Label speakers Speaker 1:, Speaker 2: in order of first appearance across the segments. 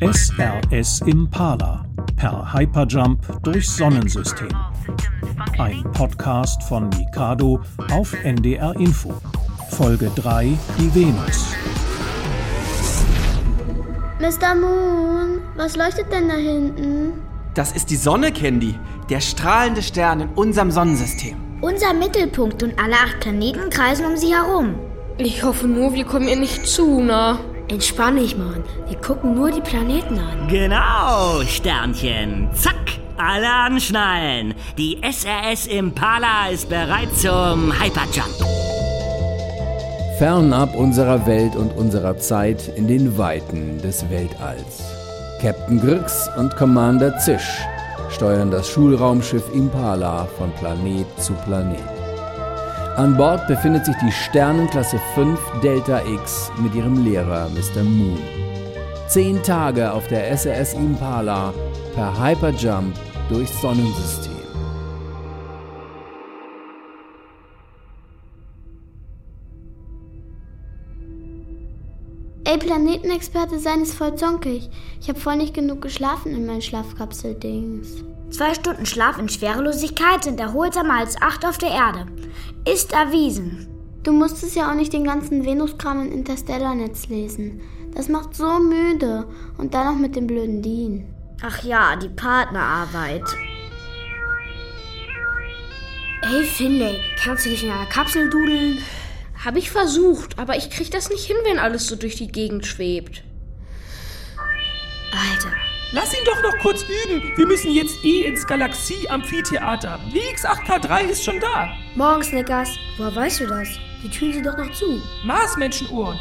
Speaker 1: SRS Impala per Hyperjump durch Sonnensystem. Ein Podcast von Mikado auf NDR Info. Folge 3 Die Venus.
Speaker 2: Mr. Moon, was leuchtet denn da hinten?
Speaker 3: Das ist die Sonne, Candy. Der strahlende Stern in unserem Sonnensystem.
Speaker 4: Unser Mittelpunkt und alle acht Planeten kreisen um sie herum.
Speaker 5: Ich hoffe nur, wir kommen ihr nicht zu nah.
Speaker 4: Entspann dich, Mann. Wir gucken nur die Planeten an.
Speaker 6: Genau, Sternchen. Zack, alle anschnallen. Die SRS Impala ist bereit zum Hyperjump.
Speaker 7: Fernab unserer Welt und unserer Zeit in den Weiten des Weltalls. Captain Grix und Commander Zisch steuern das Schulraumschiff Impala von Planet zu Planet. An Bord befindet sich die Sternenklasse 5 Delta X mit ihrem Lehrer Mr. Moon. Zehn Tage auf der SRS Impala per Hyperjump durchs Sonnensystem.
Speaker 2: Ey, Planetenexperte sein ist voll zonkig. Ich habe voll nicht genug geschlafen in meinem Schlafkapseldings.
Speaker 4: Zwei Stunden Schlaf in Schwerelosigkeit sind erholsamer als acht auf der Erde. Ist erwiesen.
Speaker 2: Du musstest ja auch nicht den ganzen Venuskram im Interstellar-Netz lesen. Das macht so müde. Und dann noch mit dem blöden Dean.
Speaker 4: Ach ja, die Partnerarbeit. Ey, Finley, kannst du dich in einer Kapsel dudeln?
Speaker 5: Habe ich versucht, aber ich krieg das nicht hin, wenn alles so durch die Gegend schwebt.
Speaker 4: Alter,
Speaker 8: Lass ihn doch noch kurz üben. Wir müssen jetzt eh ins Galaxie-Amphitheater. WX8K3 ist schon da.
Speaker 4: morgens, Nickers. Woher weißt du das? Die Türen sind doch noch zu.
Speaker 8: Marsmenschenuhren.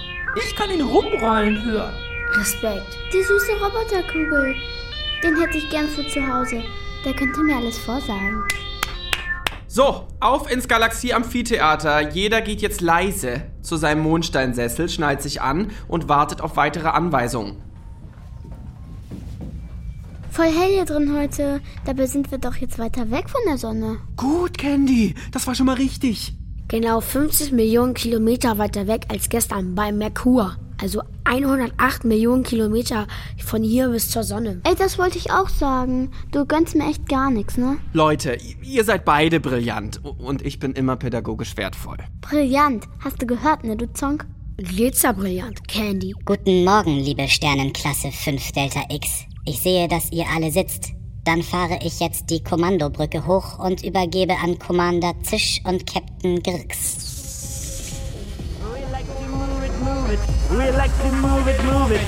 Speaker 8: Ich kann ihn rumrollen hören.
Speaker 4: Respekt.
Speaker 2: Die süße Roboterkugel. Den hätte ich gern für zu Hause. Der könnte mir alles vorsagen.
Speaker 3: So, auf ins Galaxie-Amphitheater. Jeder geht jetzt leise zu seinem Mondsteinsessel, schnallt sich an und wartet auf weitere Anweisungen.
Speaker 2: Voll hell hier drin heute. Dabei sind wir doch jetzt weiter weg von der Sonne.
Speaker 3: Gut, Candy. Das war schon mal richtig.
Speaker 4: Genau 50 Millionen Kilometer weiter weg als gestern bei Merkur. Also 108 Millionen Kilometer von hier bis zur Sonne.
Speaker 2: Ey, das wollte ich auch sagen. Du gönnst mir echt gar nichts, ne?
Speaker 3: Leute, i- ihr seid beide brillant. U- Und ich bin immer pädagogisch wertvoll.
Speaker 2: Brillant. Hast du gehört, ne, du Zonk?
Speaker 4: Glitzerbrillant, Candy.
Speaker 9: Guten Morgen, liebe Sternenklasse 5 Delta X. Ich sehe, dass ihr alle sitzt. Dann fahre ich jetzt die Kommandobrücke hoch und übergebe an Commander Zisch und Captain Grix.
Speaker 6: We like to move it, move it.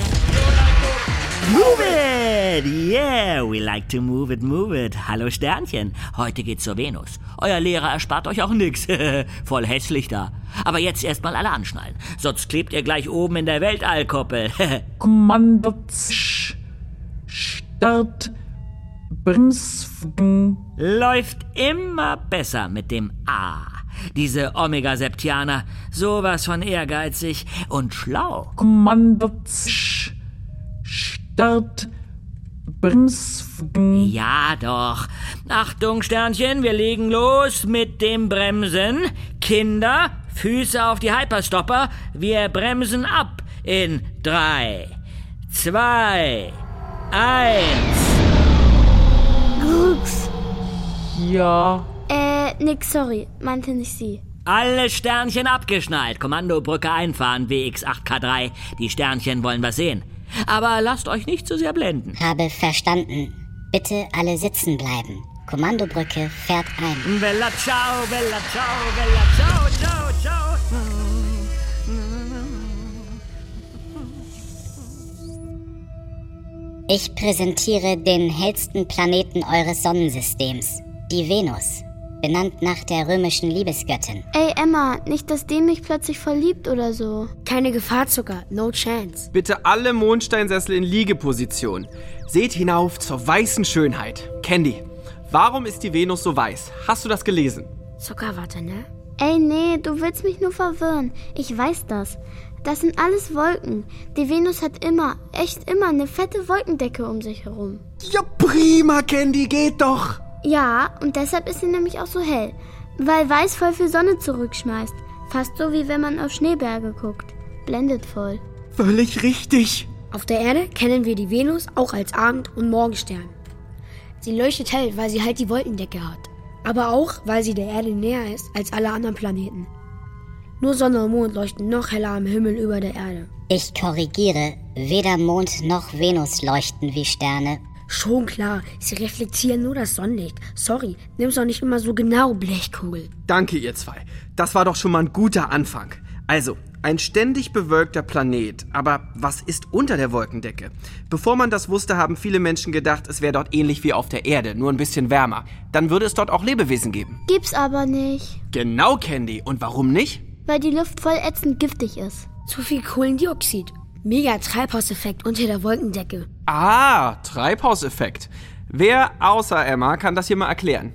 Speaker 6: Move it! Yeah, we like to move it, move it. Hallo Sternchen, heute geht's zur Venus. Euer Lehrer erspart euch auch nix. Voll hässlich da. Aber jetzt erstmal alle anschnallen, sonst klebt ihr gleich oben in der Weltallkoppel.
Speaker 10: Kommando Zisch. Start. Bremsfugen.
Speaker 6: Läuft immer besser mit dem A. Diese Omega-Septianer, sowas von ehrgeizig und schlau.
Speaker 10: Kommando Zisch. Start. Bremsfugen.
Speaker 6: Ja doch. Achtung, Sternchen, wir legen los mit dem Bremsen. Kinder, Füße auf die Hyperstopper. Wir bremsen ab in drei, zwei, eins.
Speaker 2: Gux.
Speaker 10: Ja.
Speaker 2: Äh, nix, sorry. Meinte nicht sie.
Speaker 6: Alle Sternchen abgeschnallt. Kommandobrücke einfahren, WX8K3. Die Sternchen wollen was sehen. Aber lasst euch nicht zu sehr blenden.
Speaker 9: Habe verstanden. Bitte alle sitzen bleiben. Kommandobrücke fährt ein.
Speaker 6: Bella ciao, bella ciao, bella ciao, ciao, ciao.
Speaker 9: Ich präsentiere den hellsten Planeten eures Sonnensystems, die Venus, benannt nach der römischen Liebesgöttin.
Speaker 2: Ey, Emma, nicht, dass die mich plötzlich verliebt oder so.
Speaker 4: Keine Gefahr, Zucker. No chance.
Speaker 3: Bitte alle Mondsteinsessel in Liegeposition. Seht hinauf zur weißen Schönheit. Candy, warum ist die Venus so weiß? Hast du das gelesen?
Speaker 4: Zuckerwatte, ne?
Speaker 2: Ey, nee, du willst mich nur verwirren. Ich weiß das. Das sind alles Wolken. Die Venus hat immer, echt immer eine fette Wolkendecke um sich herum.
Speaker 3: Ja, prima, Candy, geht doch.
Speaker 2: Ja, und deshalb ist sie nämlich auch so hell. Weil Weiß voll viel Sonne zurückschmeißt. Fast so wie wenn man auf Schneeberge guckt. Blendet voll.
Speaker 3: Völlig richtig.
Speaker 4: Auf der Erde kennen wir die Venus auch als Abend- und Morgenstern. Sie leuchtet hell, weil sie halt die Wolkendecke hat. Aber auch, weil sie der Erde näher ist als alle anderen Planeten. Nur Sonne und Mond leuchten noch heller am Himmel über der Erde.
Speaker 9: Ich korrigiere, weder Mond noch Venus leuchten wie Sterne.
Speaker 4: Schon klar, sie reflektieren nur das Sonnenlicht. Sorry, nimm's doch nicht immer so genau, Blechkugel.
Speaker 3: Danke, ihr zwei. Das war doch schon mal ein guter Anfang. Also, ein ständig bewölkter Planet. Aber was ist unter der Wolkendecke? Bevor man das wusste, haben viele Menschen gedacht, es wäre dort ähnlich wie auf der Erde, nur ein bisschen wärmer. Dann würde es dort auch Lebewesen geben.
Speaker 2: Gibt's aber nicht,
Speaker 3: Genau, Candy. Und warum nicht?
Speaker 2: weil die Luft voll ätzend giftig ist.
Speaker 4: Zu viel Kohlendioxid. Mega Treibhauseffekt unter der Wolkendecke.
Speaker 3: Ah, Treibhauseffekt. Wer außer Emma kann das hier mal erklären?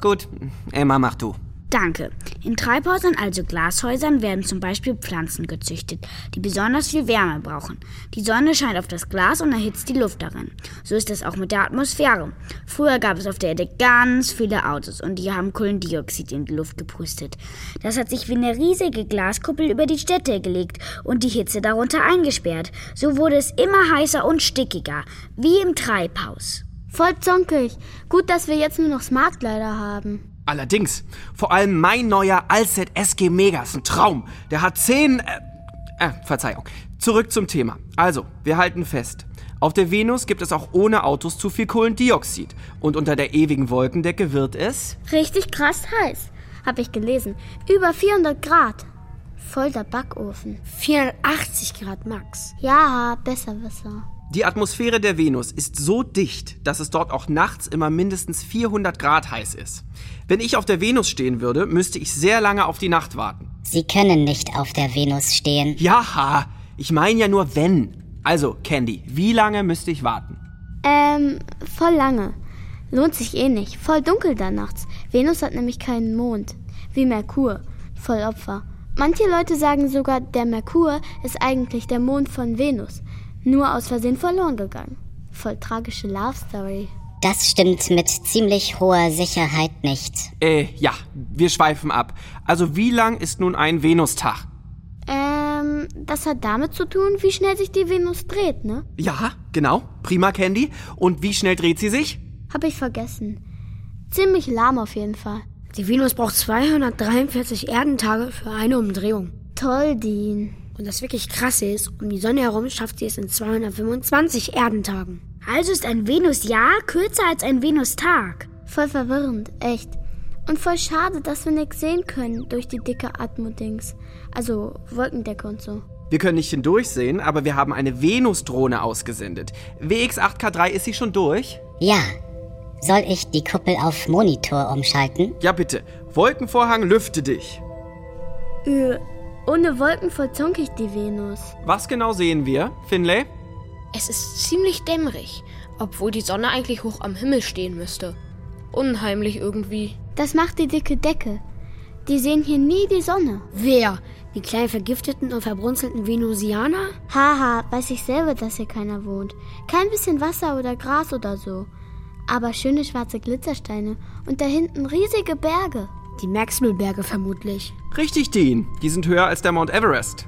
Speaker 3: Gut, Emma, mach du.
Speaker 11: Danke. In Treibhäusern, also Glashäusern, werden zum Beispiel Pflanzen gezüchtet, die besonders viel Wärme brauchen. Die Sonne scheint auf das Glas und erhitzt die Luft darin. So ist das auch mit der Atmosphäre. Früher gab es auf der Erde ganz viele Autos und die haben Kohlendioxid in die Luft gepustet. Das hat sich wie eine riesige Glaskuppel über die Städte gelegt und die Hitze darunter eingesperrt. So wurde es immer heißer und stickiger, wie im Treibhaus.
Speaker 2: Voll zonkig. Gut, dass wir jetzt nur noch Smartkleider haben.
Speaker 3: Allerdings, vor allem mein neuer AllZSG Mega ist ein Traum. Der hat zehn. Äh, äh, Verzeihung. Zurück zum Thema. Also, wir halten fest. Auf der Venus gibt es auch ohne Autos zu viel Kohlendioxid. Und unter der ewigen Wolkendecke wird es.
Speaker 2: Richtig krass heiß, habe ich gelesen. Über 400 Grad. Voll der Backofen.
Speaker 4: 480 Grad Max.
Speaker 2: Ja, Besserwisser.
Speaker 3: Die Atmosphäre der Venus ist so dicht, dass es dort auch nachts immer mindestens 400 Grad heiß ist. Wenn ich auf der Venus stehen würde, müsste ich sehr lange auf die Nacht warten.
Speaker 9: Sie können nicht auf der Venus stehen.
Speaker 3: Ja, ich meine ja nur wenn. Also, Candy, wie lange müsste ich warten?
Speaker 2: Ähm, voll lange. Lohnt sich eh nicht. Voll dunkel da nachts. Venus hat nämlich keinen Mond. Wie Merkur. Voll Opfer. Manche Leute sagen sogar, der Merkur ist eigentlich der Mond von Venus. Nur aus Versehen verloren gegangen. Voll tragische Love Story.
Speaker 9: Das stimmt mit ziemlich hoher Sicherheit nicht.
Speaker 3: Äh, ja, wir schweifen ab. Also, wie lang ist nun ein Venustag?
Speaker 2: Ähm, das hat damit zu tun, wie schnell sich die Venus dreht, ne?
Speaker 3: Ja, genau. Prima, Candy. Und wie schnell dreht sie sich?
Speaker 2: Hab ich vergessen. Ziemlich lahm auf jeden Fall.
Speaker 4: Die Venus braucht 243 Erdentage für eine Umdrehung.
Speaker 2: Toll, Dean.
Speaker 4: Und das wirklich krasse ist, um die Sonne herum schafft sie es in 225 Erdentagen.
Speaker 11: Also ist ein Venusjahr kürzer als ein Venustag.
Speaker 2: Voll verwirrend, echt. Und voll schade, dass wir nichts sehen können durch die dicke Atmo-Dings. Also Wolkendecke und so.
Speaker 3: Wir können nicht hindurchsehen, aber wir haben eine Venus-Drohne ausgesendet. WX8K3 ist sie schon durch?
Speaker 9: Ja. Soll ich die Kuppel auf Monitor umschalten?
Speaker 3: Ja, bitte. Wolkenvorhang, lüfte dich.
Speaker 2: Ö, ohne Wolken voll zonkig die Venus.
Speaker 3: Was genau sehen wir, Finlay?
Speaker 5: Es ist ziemlich dämmerig, obwohl die Sonne eigentlich hoch am Himmel stehen müsste. Unheimlich irgendwie.
Speaker 2: Das macht die dicke Decke. Die sehen hier nie die Sonne.
Speaker 4: Wer? Die kleinen vergifteten und verbrunzelten Venusianer?
Speaker 2: Haha, weiß ich selber, dass hier keiner wohnt. Kein bisschen Wasser oder Gras oder so. Aber schöne schwarze Glitzersteine und da hinten riesige Berge.
Speaker 4: Die Maxwellberge vermutlich.
Speaker 3: Richtig, Dean. Die sind höher als der Mount Everest.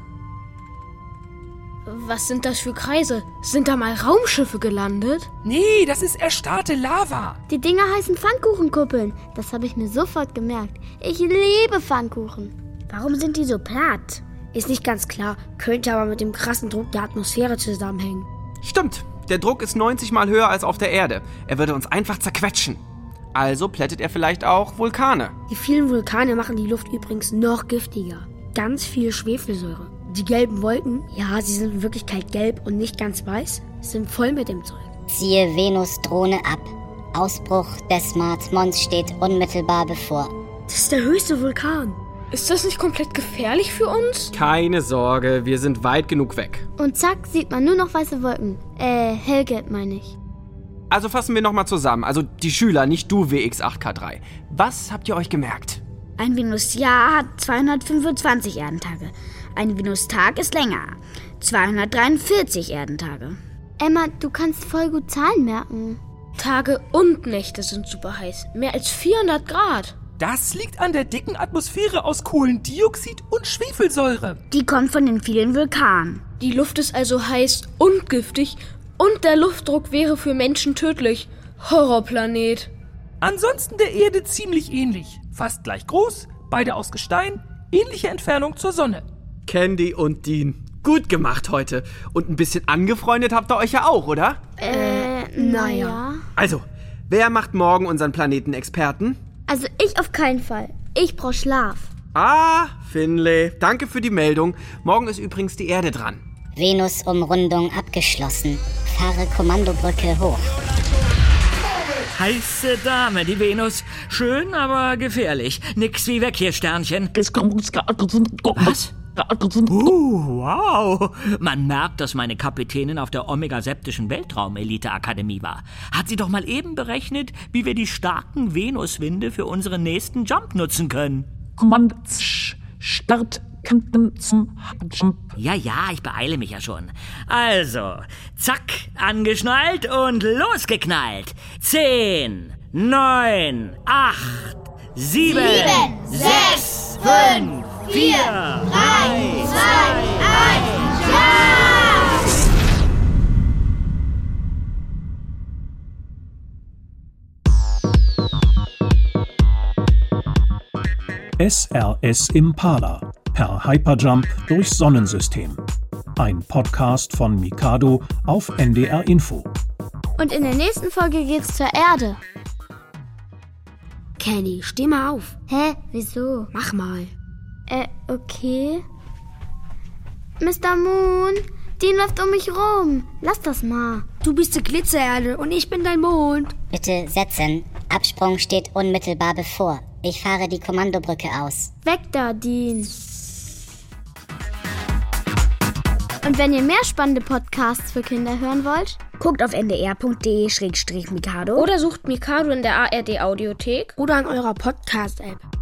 Speaker 5: Was sind das für Kreise? Sind da mal Raumschiffe gelandet?
Speaker 8: Nee, das ist erstarrte Lava.
Speaker 2: Die Dinger heißen Pfannkuchenkuppeln. Das habe ich mir sofort gemerkt. Ich liebe Pfannkuchen.
Speaker 11: Warum sind die so platt?
Speaker 4: Ist nicht ganz klar, könnte aber mit dem krassen Druck der Atmosphäre zusammenhängen.
Speaker 3: Stimmt. Der Druck ist 90 Mal höher als auf der Erde. Er würde uns einfach zerquetschen. Also plättet er vielleicht auch Vulkane.
Speaker 4: Die vielen Vulkane machen die Luft übrigens noch giftiger. Ganz viel Schwefelsäure. Die gelben Wolken, ja, sie sind in Wirklichkeit gelb und nicht ganz weiß, sind voll mit dem Zeug.
Speaker 9: Ziehe Venus-Drohne ab. Ausbruch des Smart Mons steht unmittelbar bevor.
Speaker 4: Das ist der höchste Vulkan.
Speaker 5: Ist das nicht komplett gefährlich für uns?
Speaker 3: Keine Sorge, wir sind weit genug weg.
Speaker 2: Und zack, sieht man nur noch weiße Wolken. Äh, hellgelb meine ich.
Speaker 3: Also fassen wir nochmal zusammen. Also die Schüler, nicht du WX8K3. Was habt ihr euch gemerkt?
Speaker 11: Ein Venusjahr hat 225 Erdentage. Ein Venustag ist länger. 243 Erdentage.
Speaker 2: Emma, du kannst voll gut Zahlen merken.
Speaker 5: Tage und Nächte sind super heiß. Mehr als 400 Grad.
Speaker 8: Das liegt an der dicken Atmosphäre aus Kohlendioxid und Schwefelsäure.
Speaker 11: Die kommt von den vielen Vulkanen.
Speaker 5: Die Luft ist also heiß und giftig und der Luftdruck wäre für Menschen tödlich. Horrorplanet.
Speaker 8: Ansonsten der Erde ziemlich ähnlich. Fast gleich groß, beide aus Gestein, ähnliche Entfernung zur Sonne.
Speaker 3: Candy und Dean. Gut gemacht heute. Und ein bisschen angefreundet habt ihr euch ja auch, oder?
Speaker 2: Äh, naja.
Speaker 3: Also, wer macht morgen unseren Planetenexperten?
Speaker 2: Also ich auf keinen Fall. Ich brauch Schlaf.
Speaker 3: Ah, Finlay, danke für die Meldung. Morgen ist übrigens die Erde dran.
Speaker 9: Venus-Umrundung abgeschlossen. Fahre Kommandobrücke hoch.
Speaker 6: Heiße Dame, die Venus. Schön, aber gefährlich. Nix wie weg hier, Sternchen. Was? Uh, wow. Man merkt, dass meine Kapitänin auf der Omega-Septischen Weltraum-Elite-Akademie war. Hat sie doch mal eben berechnet, wie wir die starken Venuswinde für unseren nächsten Jump nutzen können.
Speaker 10: Kommando, Zsch, Start, Kanten zum Jump.
Speaker 6: Ja, ja, ich beeile mich ja schon. Also, zack, angeschnallt und losgeknallt. Zehn, neun, acht, sieben,
Speaker 12: Sieben, sechs, fünf, vier, drei, zwei, eins, ja!
Speaker 1: SRS Impala per Hyperjump durch Sonnensystem. Ein Podcast von Mikado auf NDR Info.
Speaker 2: Und in der nächsten Folge geht's zur Erde.
Speaker 4: Kenny, steh mal auf.
Speaker 2: Hä? Wieso?
Speaker 4: Mach mal.
Speaker 2: Äh, okay. Mr. Moon, Dean läuft um mich rum. Lass das mal.
Speaker 4: Du bist die Glitzererde und ich bin dein Mond.
Speaker 9: Bitte setzen. Absprung steht unmittelbar bevor. Ich fahre die Kommandobrücke aus.
Speaker 2: Weg da, Dean. Und wenn ihr mehr spannende Podcasts für Kinder hören wollt,
Speaker 11: Guckt auf ndr.de-mikado
Speaker 5: Oder sucht Mikado in der ARD-Audiothek.
Speaker 4: Oder an eurer Podcast-App.